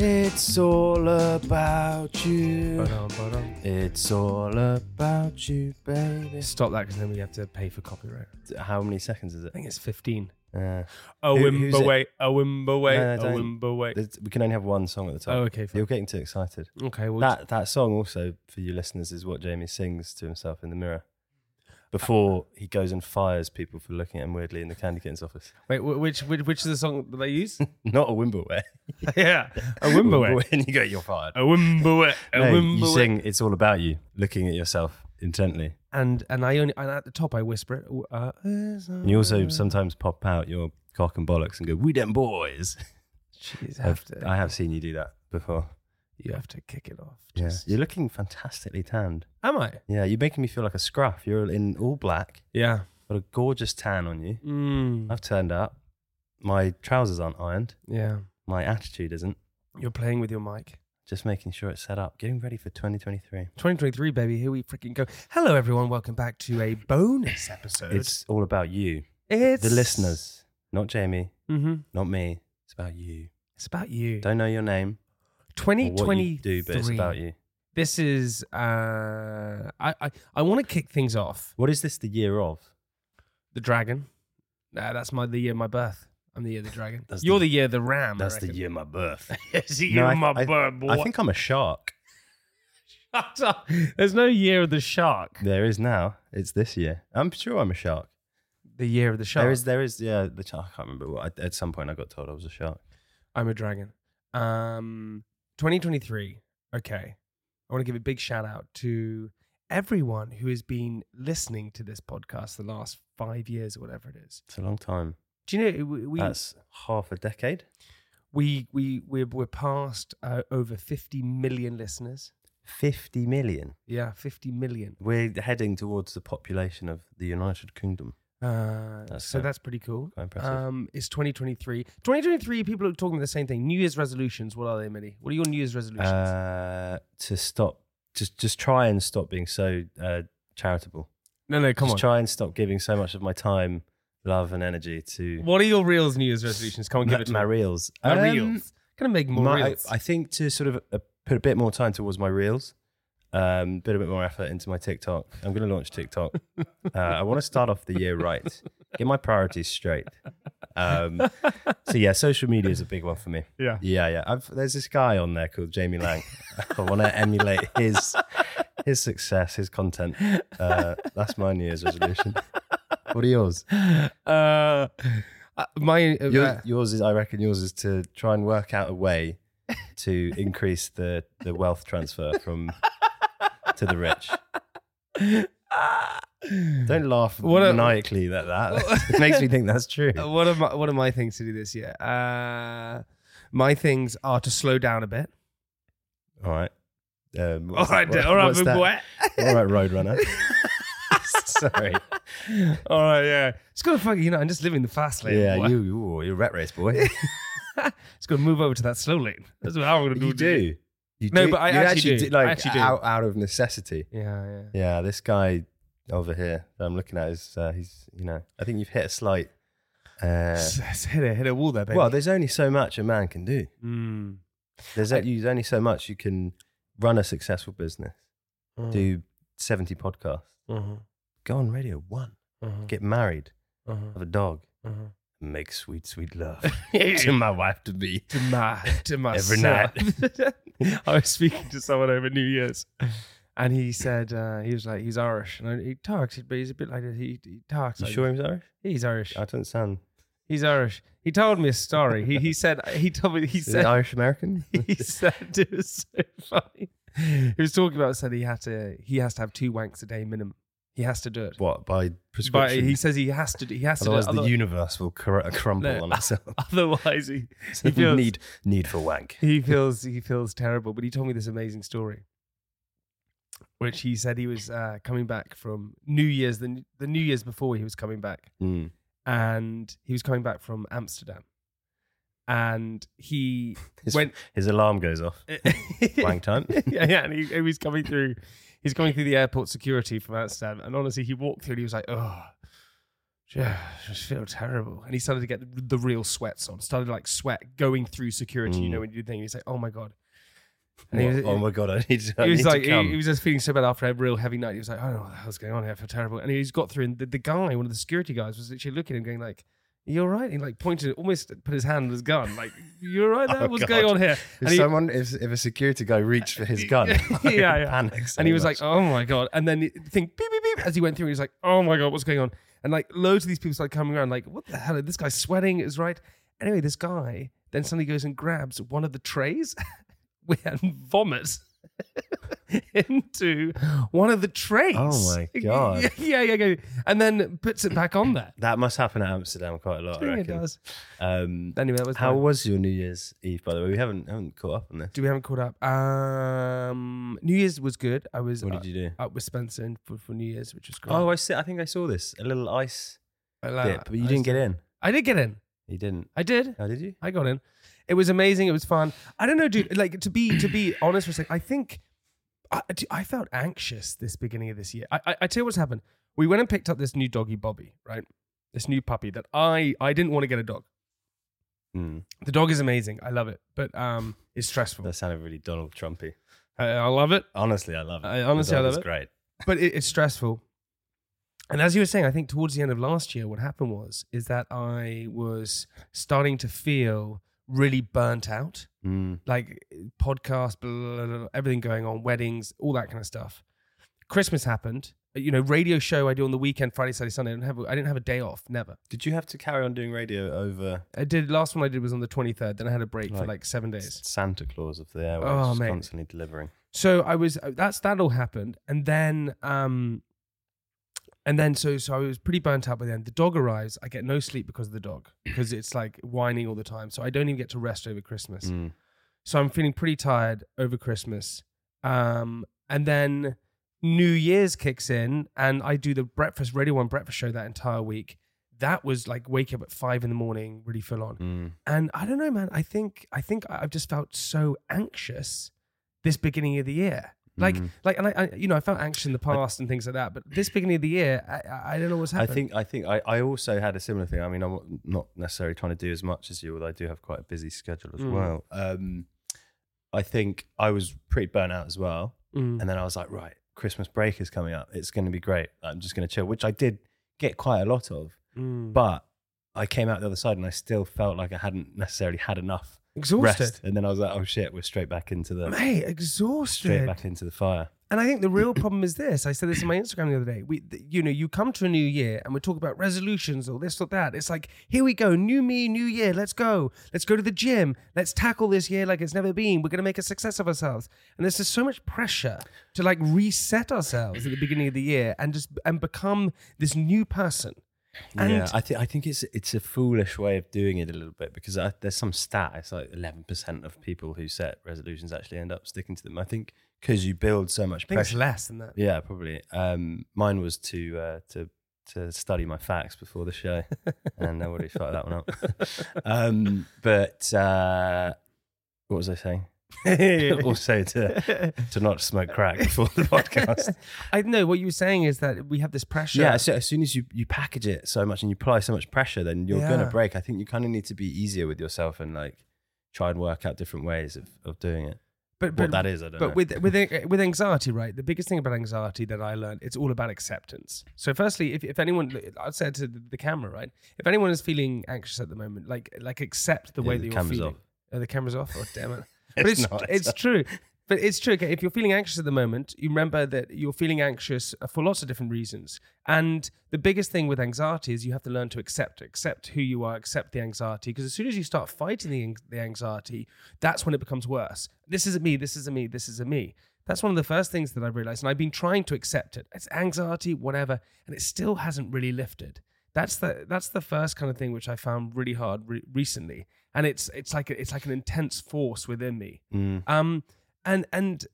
It's all about you. Ba-dum, ba-dum. It's all about you, baby. Stop that because then we have to pay for copyright. How many seconds is it? I think it's 15. Uh, Oh, who's it? Owimbaway, Owimbaway, No, don't. Owimbaway. there's- we can only have one song at the time. Oh, okay, fine. You're getting too excited. Okay, well, That that song also for you listeners is what Jamie sings to himself in the mirror before he goes and fires people for looking at him weirdly in the candy cane's office. wait, wh- which, which which is the song that they use? Not a Wimbleway. yeah, Owimbaway. And you go, you're fired. Owimbaway, No, you Owimbaway. sing "It's All About You," looking at yourself intently. And and I only and at the top I whisper it. "Oh, Uh, And you Mm. also sometimes pop out your cock and bollocks and go, "We them boys." Jeez, I I've, have to, I have seen you do that before. you have to kick it off. Yeah. Just- You're looking fantastically tanned. Am I? Yeah, you're making me feel like a scruff. You're in all black, Yeah. got a gorgeous tan on you. Mm, I've turned up. My trousers aren't ironed. yeah. My attitude isn't. You're playing with your mic. Just making sure it's set up, getting ready for 2023. 2023, baby. Here we freaking go. Hello, everyone. Welcome back to a bonus episode. It's all about you, it's the listeners, not Jamie, hmm not me. It's about you. It's about you. Don't know your name or what you 2023. do, but it's about you. This is. Uh, I I, I want to kick things off. What is this the year of? The dragon. Nah, that's my the year of my birth. I'm the year of the dragon. That's You're the- the, year of the ram. I That's the reckon. year of my birth. It's the No, year I- of my I- birth, boy. I think I'm a shark. Shut up. There's no year of the shark. There is now. It's this year. I'm sure I'm a shark. The year of the shark. There is, there is, yeah, the shark. I can't remember what. I, at some point, I got told I was a shark. I'm a dragon. Um, 2023. Okay. I want to give a big shout out to everyone who has been listening to this podcast the last five years or whatever it is. It's a long time. Do you know we we That's half a decade. we, we we're, we're past uh, over 50 million listeners. 50 million. Yeah, 50 million. We're heading towards the population of the United Kingdom. Uh, That's so quite- that's pretty cool. quite impressive. Um, it's 2023. 2023. People are talking the same thing. New Year's resolutions. What are they, Millie? What are your New Year's resolutions? Uh, to stop, just just try and stop being so uh, charitable. no, no, come just on. try and stop giving so much of my time, love, and energy to What are your reels New Year's resolutions? Come on, ma- give it to my me. reels. My Um, reels. Gonna make more my- I- reels. I, think to sort of uh, put a bit more time towards my reels, um, put a bit more effort into my TikTok. I'm going to launch TikTok. uh, I want to start off the year right, get my priorities straight. Um, so yeah, social media is a big one for me. yeah. Yeah, yeah. I've, there's this guy on there called Jamie Lang. I want to emulate his his success, his content. Uh, that's my New Year's resolution. What are yours? Uh, uh, my uh, Your, uh, yours is, I reckon, yours is to try and work out a way to increase the the wealth transfer from to the rich. uh, Don't laugh What a- maniacally at that. it makes me think that's true. uh, what are my what are my things to do this year? Uh, my things are to slow down a bit. All right. Um, All what's right, that- all right, what's big that? boy. All right, Roadrunner. Sorry. All right, yeah. It's got to fucking, you know, I'm just living the fast lane. Yeah, boy. you, you, you're a rat race boy. It's got to move over to that slow lane. That's what I'm going to you do. You No, but I You actually do. like, I actually do. Out, out of necessity. Yeah, yeah. Yeah, this guy over here that I'm looking at is, uh, he's, you know, I think you've hit a slight. Uh, S- s- hit a hit a wall there, baby. well, there's only so much a man can do. Mm. There's, I- there's only so much you can run a successful business, Hmm. do 70 podcasts, Uh-huh. go on radio one, Uh-huh. get married, Uh-huh. have a dog, Uh-huh. and make sweet, sweet love to to my wife to be. my to my Every son. I was speaking to someone over New Year's, and he said uh, he was like he's Irish, and I, he talks, but he's a bit like he, he talks. You like- sure Uh, he's Irish? he's Irish? I don't sound. He's Irish. He told me a story. he he said he told me he Is it said Irish American? he said it was so funny. He was talking about said he had to he has to have two wanks a day minimum. He has to do it. What by But prescription? he says he has to. do- He has Otherwise, to. the Do it. other- universe will cr- crumble No. on itself. otherwise, he, So feels- need need for wank. he feels he feels terrible. But he told me this amazing story, which he said he was uh, coming back from New Year's the the New Year's before he was coming back, Mm. and he was coming back from Amsterdam, and he His, went. his alarm goes off. Wank time. yeah, yeah, and he, he was coming through. He's coming through the airport security from Amsterdam, and honestly, he walked through and he was like, "Oh, yeah, I just feel terrible." And he started to get the, the real sweats on, started like sweat going through security. You Mm. know when you do the thing, he's like, "Oh my god." And What, he was, oh my god! I need to. I he was need like, to he, come. he was just feeling so bad after a real heavy night. He was like, I don't know what the hell's going on here. I feel terrible. And he's got through, and the, the guy, one of the security guys, was literally looking at him, going like, "You're right." He like pointed, almost put his hand on his gun, like, "You're right. There, Oh, what's God. going on here?" if and he- someone, if, if a security guy reached for his gun, Yeah, I yeah, yeah. panics. and he was like, "Oh my god!" And then the thing beep beep beep as he went through, he was like, "Oh my god, what's going on?" And like loads of these people started coming around, like, "What the hell? This guy's sweating." Is right. Anyway, this guy then suddenly goes and grabs one of the trays and vomits into one of the trays. Oh my God. Yeah, yeah, yeah. And then puts it back on there. "That must happen at Amsterdam quite a lot." I Yeah, it reckon. does. Um, Anyway, that was how mine. was your New Year's Eve? By the way, we haven't haven't caught up on this. Do we haven't caught up? Um, New Year's was good. I was What uh, did you do? up with Spencer and for, for New Year's, which was great. Oh, I see. I think I saw this a little ice I dip, but you didn't get in. I did get in. You didn't. I did. Oh, did you? I got in. It was amazing. It was fun. I don't know, dude. Like to be to be honest for a second, I think I, I- I felt anxious this beginning of this year. I, I I tell you what's happened. We went and picked up this new doggy Bobby, right? This new puppy that I I didn't want to get a dog. Mm, The dog is amazing. I love it, but um, it's stressful. that sounded really Donald Trumpy. I, I love it, Honestly, I love it. I- honestly, I love It's it. great. but it, it's stressful. And as you were saying, I think towards the end of last year, what happened was is that I was starting to feel really burnt out. Mm. like podcast, blah, blah, blah, blah, everything going on, weddings, all that kind of stuff. Christmas happened. You know, radio show I do on the weekend, Friday, Saturday, Sunday. I didn't have I didn't have a day off. Never. Did you have to carry on doing radio over I did last one I did was on the twenty third. Then I had a break for Like, like seven S- days. Santa Claus of the airwaves, Oh, just mate. constantly delivering? So I was uh, that's that all happened, and then um, and then so so I was pretty burnt out by then. The dog arrives. I get no sleep because of the dog because it's like whining all the time. So I don't even get to rest over Christmas. Mm. So I'm feeling pretty tired over Christmas. Um, and then New Year's kicks in, and I do the breakfast Radio One breakfast show that entire week. That was like wake up at five in the morning, really full on. Mm. And I don't know, man. I think I think I- I've just felt so anxious this beginning of the year. Like, Mm. like, and I, I, you know, I felt anxious in the past and things like that. But this beginning of the year, I- I, I don't know what's I happened. think I think I, I also had a similar thing. I mean, I'm not necessarily trying to do as much as you, although I do have quite a busy schedule as Mm. well. Um, I think I was pretty burnt out as well, Mm. and then I was like, right, Christmas break is coming up. It's going to be great. I'm just going to chill, which I did get quite a lot of, Mm. but I came out the other side and I still felt like I hadn't necessarily had enough exhausted, rest. And then I was like, oh shit, we're straight back into the mate, straight exhausted. back into the fire. And I think the real problem is this. I said this on my Instagram the other day. We, th- you know, you come to a new year and we talk about resolutions or this or that. It's like, here we go, new me, new year. Let's go. Let's go to the gym. Let's tackle this year like it's never been. We're going to make a success of ourselves. And there's just so much pressure to like reset ourselves at the beginning of the year and just and become this new person. And yeah, I think I think it's it's a foolish way of doing it a little bit because I, there's some stat. It's like eleven percent of people who set resolutions actually end up sticking to them. I think because you build so much I think it's pressure. less than that. Yeah, probably. Um, mine was to uh, to to study my facts before the show, and I already fucked that one up. um, but uh, what was I saying? also to to not smoke crack before the podcast. I know what you were saying is that we have this pressure. Yeah, so as soon as you, you package it so much and you apply so much pressure, then you're gonna Yeah. break. I think you kind of need to be easier with yourself and like try and work out different ways of, of doing it. but, what that is, I don't but know. with with with anxiety, right? The biggest thing about anxiety that I learned, it's all about acceptance. So, firstly, if, if anyone, I'd say to the the camera, right? If anyone is feeling anxious at the moment, like like accept the Yeah, way the that you're camera's feeling. off. Oh, the camera's off. Oh, damn it! but It's it's not. it's true. But it's true. Okay, if you're feeling anxious at the moment, you remember that you're feeling anxious for lots of different reasons. And the biggest thing with anxiety is you have to learn to accept, accept who you are, accept the anxiety. Because as soon as you start fighting the, the anxiety, that's when it becomes worse. This isn't me. This isn't me. This isn't me. That's one of the first things that I've realized. And I've been trying to accept it. It's anxiety, whatever, and it still hasn't really lifted. That's the that's the first kind of thing which I found really hard re- recently, and it's it's like it's like an intense force within me. Mm. Um, and and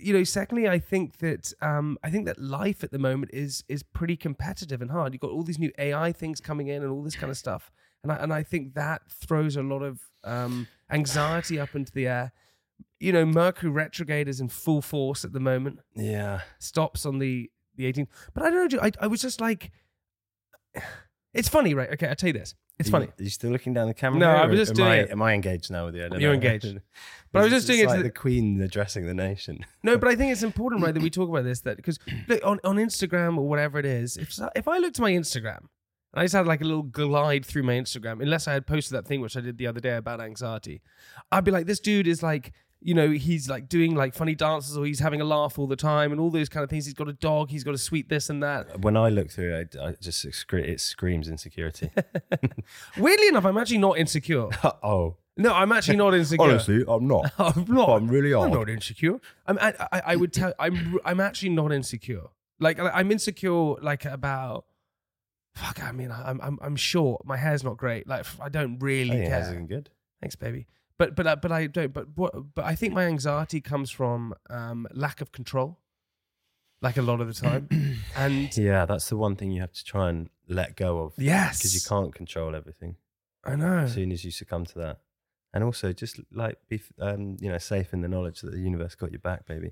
you know, secondly, I think that um, I think that life at the moment is is pretty competitive and hard. You've got all these new AI things coming in and all this kind of stuff, and I, and I think that throws a lot of um, anxiety up into the air. You know, Mercury retrograde is in full force at the moment. Yeah. Stops on the the 18th, but I don't know. I I was just like, it's funny, right? Okay, I will tell you this. It's Are funny. You, are you still looking down the camera? No, here, I or was just am doing I, it. Am I engaged now with you? I don't You're know. engaged. But I was It's- just doing it's it like to the- the Queen addressing the nation. No, but I think it's important, right, that we talk about this. That because look on, on Instagram or whatever it is, if so- if I looked at my Instagram and I just had like a little glide through my Instagram, unless I had posted that thing which I did the other day about anxiety, I'd be like, this dude is like, you know, he's like doing like funny dances or he's having a laugh all the time and all those kind of things. He's got a dog, he's got a sweet this and that. When I look through it, I, I just excre- it screams insecurity. Weirdly enough, I'm actually not insecure. oh, No, I'm actually not insecure. I'm not. I'm not. I'm really I'm odd. not insecure. I'm. I, I, I would tell. I'm. I'm actually not insecure. Like I- I'm insecure. Like about. Fuck. I mean, I'm. I'm. I'm short. My hair's not great. Like I don't really I think it care. has been good. Thanks, baby. But but uh, but I don't. But what? But I think my anxiety comes from um, lack of control. Like a lot of the time, and Yeah, that's the one thing you have to try and let go of yes, because you can't control everything. I know. As soon as you succumb to that, and also just like be f- um, you know safe in the knowledge that the universe got your back, baby.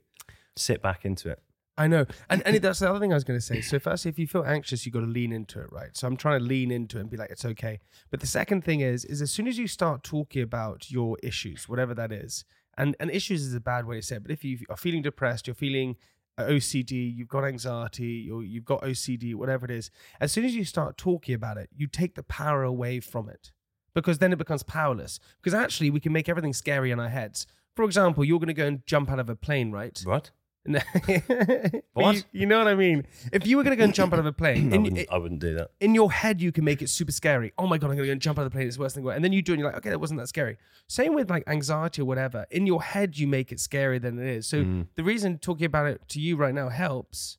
Sit back into it. I know. And, and that's the other thing I was going to say. So, firstly, if you feel anxious, you've got to lean into it, right? So, I'm trying to lean into it and be like, it's okay. But the second thing is, is as soon as you start talking about your issues, whatever that is, and, and issues is a bad way to say it, but if you are feeling depressed, you're feeling OCD, you've got anxiety, you're, you've got OCD, whatever it is, as soon as you start talking about it, you take the power away from it because then it becomes powerless. Because actually, we can make everything scary in our heads. For example, you're going to go and jump out of a plane, right? What? No. What? But You, you know what I mean? If you were going to go and jump out of a plane, I, in, wouldn't, I wouldn't do that. in your head, you can make it super scary. Oh my God, I'm going to go and jump out of the plane. It's the worst thing. ever. And then you do, and you're like, okay, that wasn't that scary. Same with like anxiety or whatever. In your head, you make it scarier than it is. So Mm. the reason talking about it to you right now helps,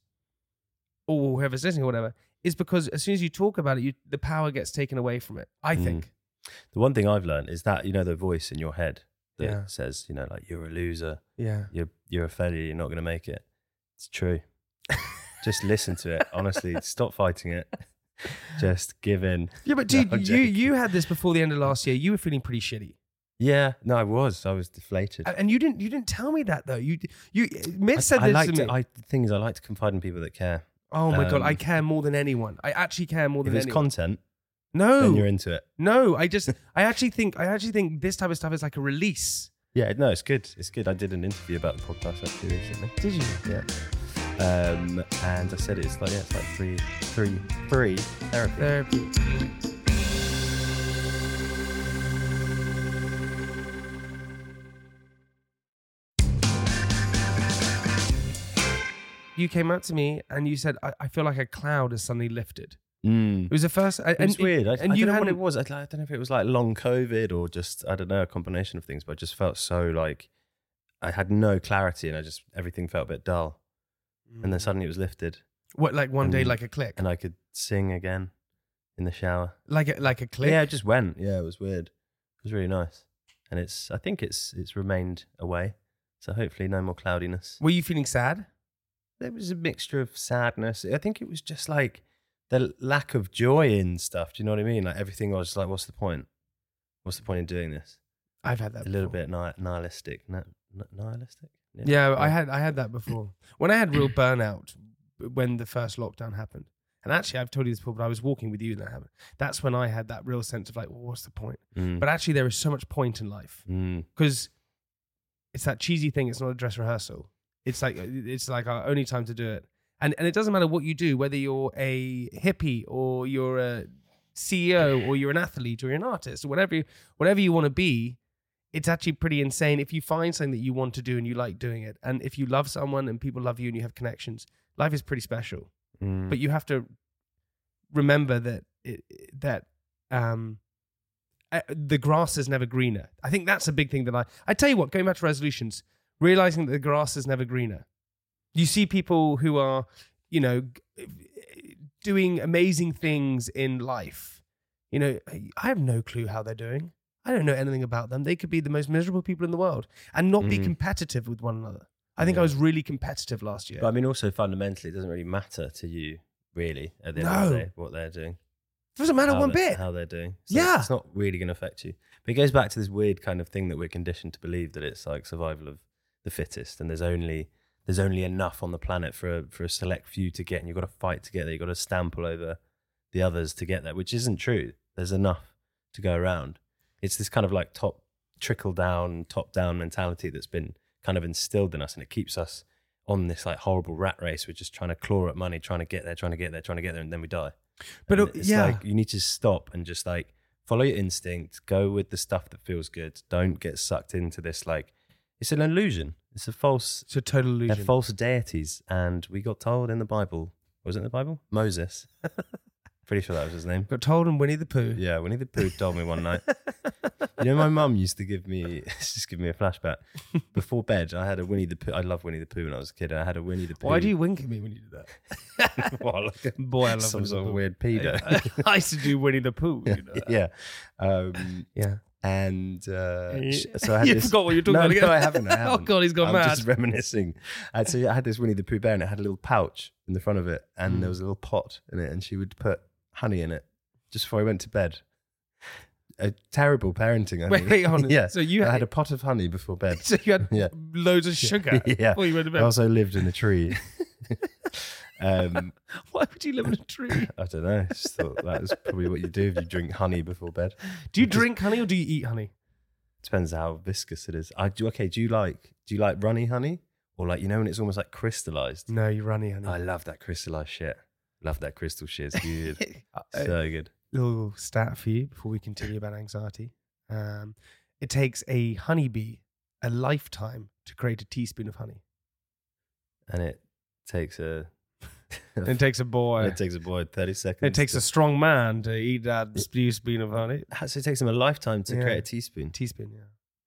or whoever's listening or whatever, is because as soon as you talk about it, you, the power gets taken away from it. I Mm. think. The one thing I've learned is that you know the voice in your head that Yeah. says you know like you're a loser, Yeah. you're you're a failure, you're not going to make it. It's true. Just listen to it. Honestly, stop fighting it. Just give in. Yeah, but No, dude, I'm you, joking. you had this before the end of last year. You were feeling pretty shitty. Yeah, no, I was. I was deflated. A- And you didn't you didn't tell me that though. You you Mitch said I, this I like to me. I the thing is, I like to confide in people that care. oh my god, I um, care more than anyone. I actually care more If than it's anyone. content, then you're no, into it. no. I just I actually think I actually think this type of stuff is like a release. Yeah, no, it's good. It's good. I did an interview about the podcast actually recently. Did you? Yeah. Um, and I said it's like yeah, it's like free, free, free therapy. Therapy. You came up to me and you said, I, I feel like a cloud has suddenly lifted. It Mm. was the first. I- It's and- weird. I, and I you don't know what it hadn't- was. I, I don't know if it was like long COVID or just I don't know a combination of things. But I just felt so like I had no clarity and I just everything felt a bit dull. And Mm. then suddenly it was lifted What, like one day, and- like a click, and I could sing again in the shower. like a, like a click. Yeah, it just went. Yeah, it was weird. It was really nice, and it's. I think it's it's remained away So hopefully, no more cloudiness. Were you feeling sad? There was a mixture of sadness. I think it was just like the lack of joy in stuff. Do you know what I mean? Like everything, I was just like, what's the point? What's the point in doing this? I've had that a little before. bit ni- nihilistic. Ni- ni- nihilistic? Yeah, I had I had that before. When I had real burnout, when the first lockdown happened, and actually I've told you this before, but I was walking with you and that happened. That's when I had that real sense of like, well, what's the point? Mm. But actually, there is so much point in life Mm. because it's that cheesy thing. It's not a dress rehearsal. It's like it's like our only time to do it, and and it doesn't matter what you do, whether you're a hippie or you're a CEO or you're an athlete or you're an artist or whatever you, whatever you want to be. It's actually pretty insane if you find something that you want to do and you like doing it, and if you love someone and people love you and you have connections. Life is pretty special, Mm. but you have to remember that it, that um uh, the grass is never greener. I think that's a big thing that I I tell you what, going back to resolutions, realizing that the grass is never greener. You see people who are, you know, g- doing amazing things in life. You know, I have no clue how they're doing. I don't know anything about them. They could be the most miserable people in the world and not be Mhm. competitive with one another. I think I Yeah. was really competitive last year. But I mean, also fundamentally, it doesn't really matter to you, really, at the end of the No. day, what they're doing. it doesn't matter how one they- bit. How they're doing. Yeah. It's not really going to affect you. But it goes back to this weird kind of thing that we're conditioned to believe that it's like survival of the fittest and there's only. There's only enough on the planet for a, for a select few to get, and you've got to fight to get there. You've got to stamp all over the others to get there, which isn't true. There's enough to go around. It's this kind of like top trickle down, top down mentality that's been kind of instilled in us, and it keeps us on this like horrible rat race. We're just trying to claw at money, trying to get there, trying to get there, trying to get there, and then we die. But, And uh, it's yeah. like you need to stop and just like follow your instinct, go with the stuff that feels good. Don't get sucked into this like it's an illusion. It's a false It's a total illusion. they're false deities, and we got told in the Bible. Was it in the Bible? Moses. Pretty sure that was his name. Got told in Winnie the Pooh. Yeah, Winnie the Pooh told me one night. You know, my mum used to give me just give me a flashback before bed. I had a Winnie the Pooh. I love Winnie the Pooh when I was a kid. I had a Winnie the Pooh. Why do you wink at me when you do that? Well, like a- Boy, I love some Winnie the sort of Pooh. weird pedo? I used to do Winnie the Pooh. You know? yeah. Um, yeah. and uh, You- sh- so I had you this, forgot what you were talking no, about again. No, I haven't. I Oh, haven't. God, he's gone I'm mad. just reminiscing. And so I had this Winnie the Pooh bear, and it had a little pouch in the front of it, and Mm. there was a little pot in it, and she would put honey in it just before I went to bed. A terrible parenting. I Wait, think. wait, hold on. yeah. So you I had- had a pot of honey before bed. So you had Yeah. loads of sugar yeah. before you went to I bed. also lived in a tree. um, Why would you live in a tree? I don't know. I just thought that was probably what you do if you drink honey before bed. Do you Just- drink honey or do you eat honey? depends how viscous it is. I do. Okay, do you like do you like runny honey or like you know when it's almost like crystallized? No, you runny honey. I love that crystallized shit. Love that crystal shit. It's good. Ah, so good. little stat for you before we continue about anxiety. Um, it takes a honeybee a lifetime to create a teaspoon of honey. And it takes a. And it takes a boy. it takes a boy thirty seconds. it takes a to- strong man to eat that teaspoon of honey. How- So it takes him a lifetime to Yeah. create a teaspoon. Teaspoon, yeah.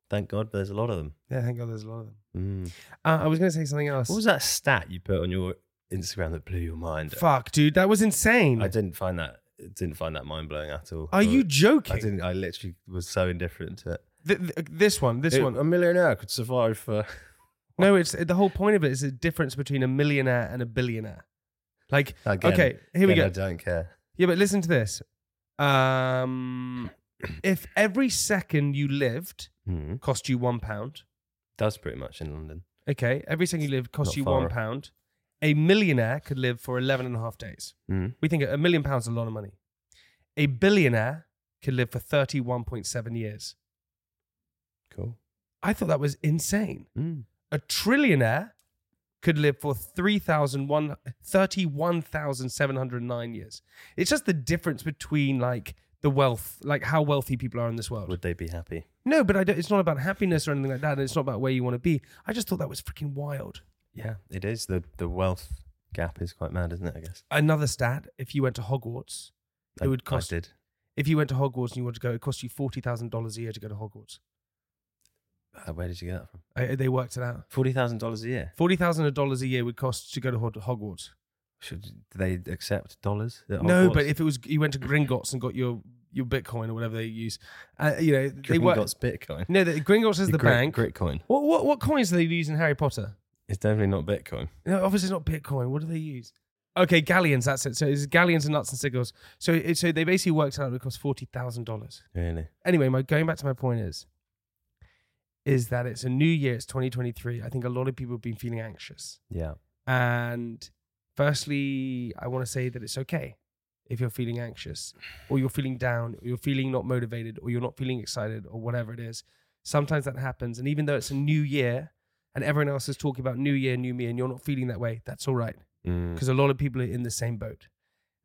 Thank God, there's a lot of them. Yeah, thank God there's a lot of them. Mm. Uh, I was going to say something else. What was that stat you put on your Instagram that blew your mind? Fuck, dude, that was insane. I didn't find that. Didn't find that mind blowing at all. Are you I joking? didn't. I literally was so indifferent to it. Th- th- this one, this It- oh. one. a millionaire could survive for. No, it's the whole point of it is the difference between a millionaire and a billionaire. Like, Again, okay, here we again, go. I don't care. Yeah, but listen to this. Um, if every second you lived Hmm. cost you one pound, Does pretty much in London. okay, every second you lived cost Not you far one off. pound, a millionaire could live for 11 and a half days. Hmm, We think a million pounds is a lot of money. A billionaire could live for 31.7 years. Cool. I thought that was insane. Hmm. a trillionaire could live for 3,001 31,709 years. It's just the difference between like the wealth, like how wealthy people are in this world. Would they be happy? No, but I don't, it's not about happiness or anything like that. and It's not about where you want to be. I just thought that was freaking wild. Yeah, it is. the The wealth gap is quite mad, isn't it? I guess. Another stat if you went to Hogwarts, it I- would I cost. did. If you went to Hogwarts and you wanted to go, it cost you $40,000 a year to go to Hogwarts. Uh, where did you get that from? I, they worked it out. Forty thousand dollars a year. $40,000 a year would cost to go to Hog- Hogwarts. Should do they accept dollars? at No, Hogwarts? but if it was you went to Gringotts and got your your Bitcoin or whatever they use. Uh, you know, they work. Gringotts Bitcoin. No, the Gringotts is the, Grit- bank. Gritcoin. What, what what coins do they use in Harry Potter? It's definitely not Bitcoin. No, obviously it's not Bitcoin. What do they use? Okay, galleons. That's it. So it's galleons and nuts and sickles. So it, so they basically worked out it cost forty thousand dollars. Really? Anyway, my going back to my point is, is that it's a new year. It's twenty twenty three. I think a lot of people have been feeling anxious. Yeah. And firstly, I want to say that it's okay if you're feeling anxious or you're feeling down or you're feeling not motivated or you're not feeling excited or whatever it is. Sometimes that happens. And even though it's a new year and everyone else is talking about new year, new me, and you're not feeling that way, that's all right Mm. because a lot of people are in the same boat.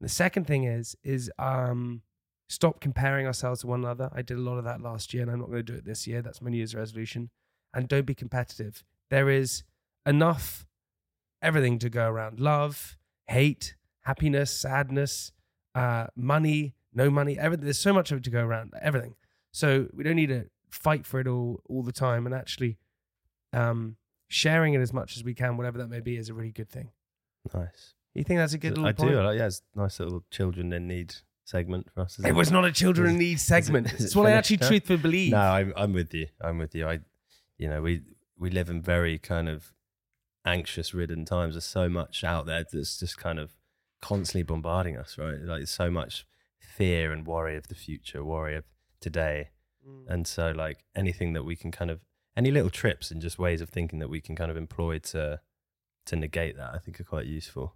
The second thing is is um, stop comparing ourselves to one another. I did a lot of that last year, and I'm not going to do it this year. That's my New Year's resolution. And don't be competitive. There is enough everything to go around: love, hate, happiness, sadness, uh, money, no money. Everything. There's so much of it to go around. Everything. So we don't need to fight for it all all the time. And actually, um, sharing it as much as we can, whatever that may be, is a really good thing. Nice. You think that's a good little I point? do. I like, yeah, it's a nice little children in need segment for us. isn't It was not a children in need segment. is it- is It's it what I finished actually now? truthfully believe. No, I'm, I'm with you. I'm with you. I, you know, we we live in very kind of anxious ridden times. There's so much out there that's just kind of constantly bombarding us, right? Like so much fear and worry of the future, worry of today, and so like anything that we can kind of any little trips and just ways of thinking that we can kind of employ to to negate that, I think are quite useful.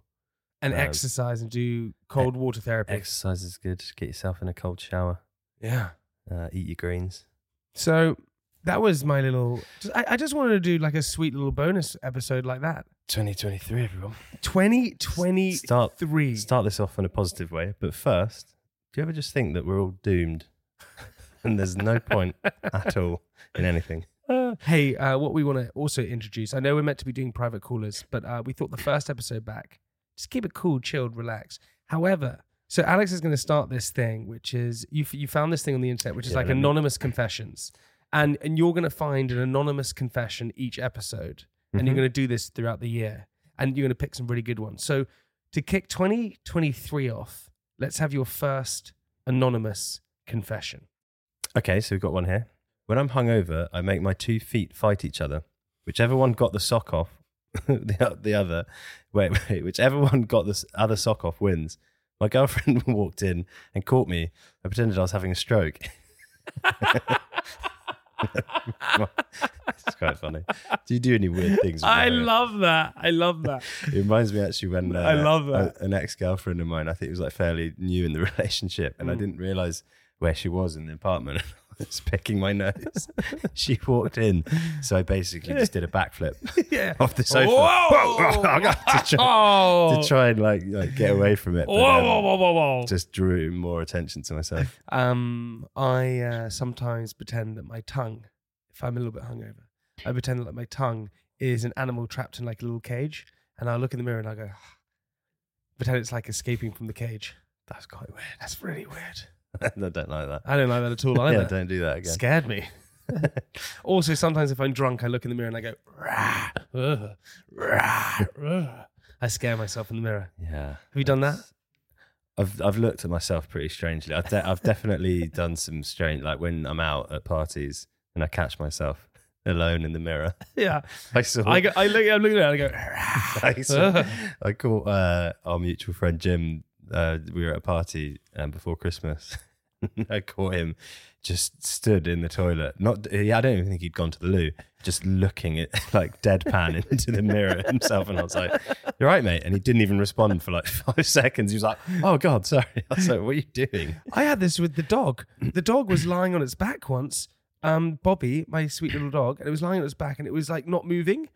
and um, exercise and do cold water therapy. Exercise is good. Get yourself in a cold shower. yeah. Uh, eat your greens. So that was my little. just- I, I just wanted to do like a sweet little bonus episode like that. 2023, everyone. Twenty twenty Start- three. start this off in a positive way. But first, do you ever just think that we're all doomed and there's no point at all in anything? Hey, uh, what we want to also introduce. I know we're meant to be doing private callers, but uh, we thought the first episode back. Just keep it cool, chilled, relax. However. So Alex is going to start this thing, which is you. f- You found this thing on the internet, which is Yeah, like let me- anonymous confessions, and and you're going to find an anonymous confession each episode, and Mm-hmm. you're going to do this throughout the year, and you're going to pick some really good ones. So to kick 2023 off, let's have your first anonymous confession. Okay, so we've got one here. When I'm hungover, I make my two feet fight each other. Whichever one got the sock off, the, o- the other, wait, wait, whichever one got the s- other sock off wins. My girlfriend walked in and caught me. I pretended I was having a stroke. it's quite funny. Do you do any weird things? when you're hungover? that. I love that. It reminds me actually when uh, I love that. a- an ex girlfriend of mine. I think it was like fairly new in the relationship, and I Mm. didn't realize where she was in the apartment. I was picking my nose. she walked in, so I basically just did a backflip yeah. off the sofa. Whoa! I got to try, Oh. to try and like, like get away from it. but, um, whoa, whoa. Just drew more attention to myself. Um, I uh, sometimes pretend that my tongue, if I'm a little bit hungover, I pretend that my tongue is an animal trapped in like a little cage, and I look in the mirror and I go, pretend it's like escaping from the cage. That's quite That's really weird. weird. I don't like that. I don't like that at all yeah, either. don't do that again. Scared me. also, sometimes if I'm drunk, I look in the mirror and I go, rah, uh, rah, uh." I scare myself in the mirror. Yeah. Have you done that? I've I've looked at myself pretty strangely. I've, de- I've definitely done some strange, like when I'm out at parties and I catch myself alone in the mirror. Yeah. I saw. I, I, go, I look. I'm looking at it. And I go. "Rah." saw, I caught uh, our mutual friend Jim. Uh, we were at a party um, before Christmas. I caught him just stood in the toilet. Not yeah, I don't even think he'd gone to the loo. Just looking at like deadpan into the mirror at himself, and I was like, "You're right, mate." And he didn't even respond for like five seconds. He was like, "Oh God, sorry." I was like, "What are you doing?" I had this with the dog. The dog was lying on its back once. Um, Bobby, my sweet little dog, and it was lying on its back, and it was like not moving.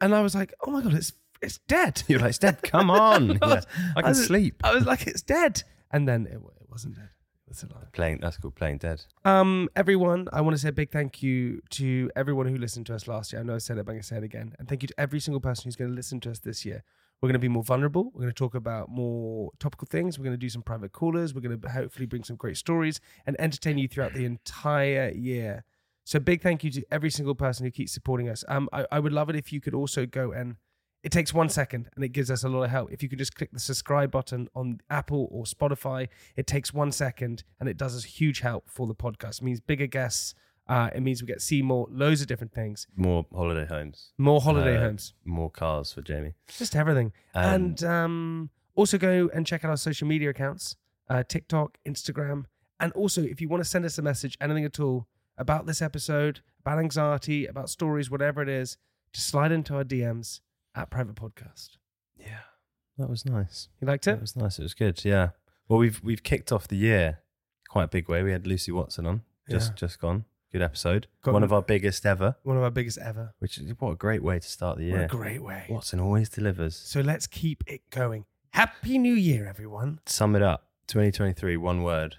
And I was like, "Oh my god, it's it's dead." You're like, Dad, come on. Yeah, I can was- sleep. I was like, "It's dead," and then it, wa- it wasn't dead. It's alive. Playing, that's called playing dead. Um, everyone, I want to say a big thank you to everyone who listened to us last year. I know I said it, but I'm going to say it again. And thank you to every single person who's going to listen to us this year. We're going to be more vulnerable. We're going to talk about more topical things. We're going to do some private callers. We're going to hopefully bring some great stories and entertain you throughout the entire year. So, big thank you to every single person who keeps supporting us. Um, I, I would love it if you could also go and It takes one second and it gives us a lot of help. If you can just click the subscribe button on Apple or Spotify, it takes one second and it does us huge help for the podcast. It means bigger guests. Uh, it means we get to see more, loads of different things, More holiday homes. more holiday Uh, homes, More cars for Jamie. just everything. Um, and um, also go and check out our social media accounts uh, TikTok, Instagram. And also, if you want to send us a message, anything at all about this episode, about anxiety, about stories, whatever it is, just slide into our DMs at Private Podcast. Yeah. That was nice. You liked That it? was nice. It was good. Yeah. Well, we've we've kicked off the year quite a big way. We had Lucy Watson on. Just Yeah. just gone. Good episode. Got- One of our biggest ever. One of our biggest ever. Which is what a great way to start the What a year. great way. Watson always delivers. So let's keep it going. Happy New Year, everyone. Sum it up. 2023. One word.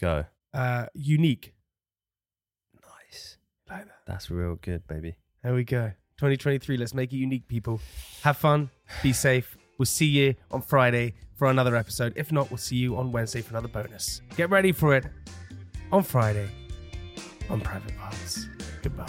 Go. Uh, unique. Nice. Like that. That's real good, baby. There we go. 2023. Let's make it unique, people. Have fun. Be safe. We'll see you on Friday for another episode. If not, we'll see you on Wednesday for another bonus. Get ready for it on Friday on Private Parts. Goodbye.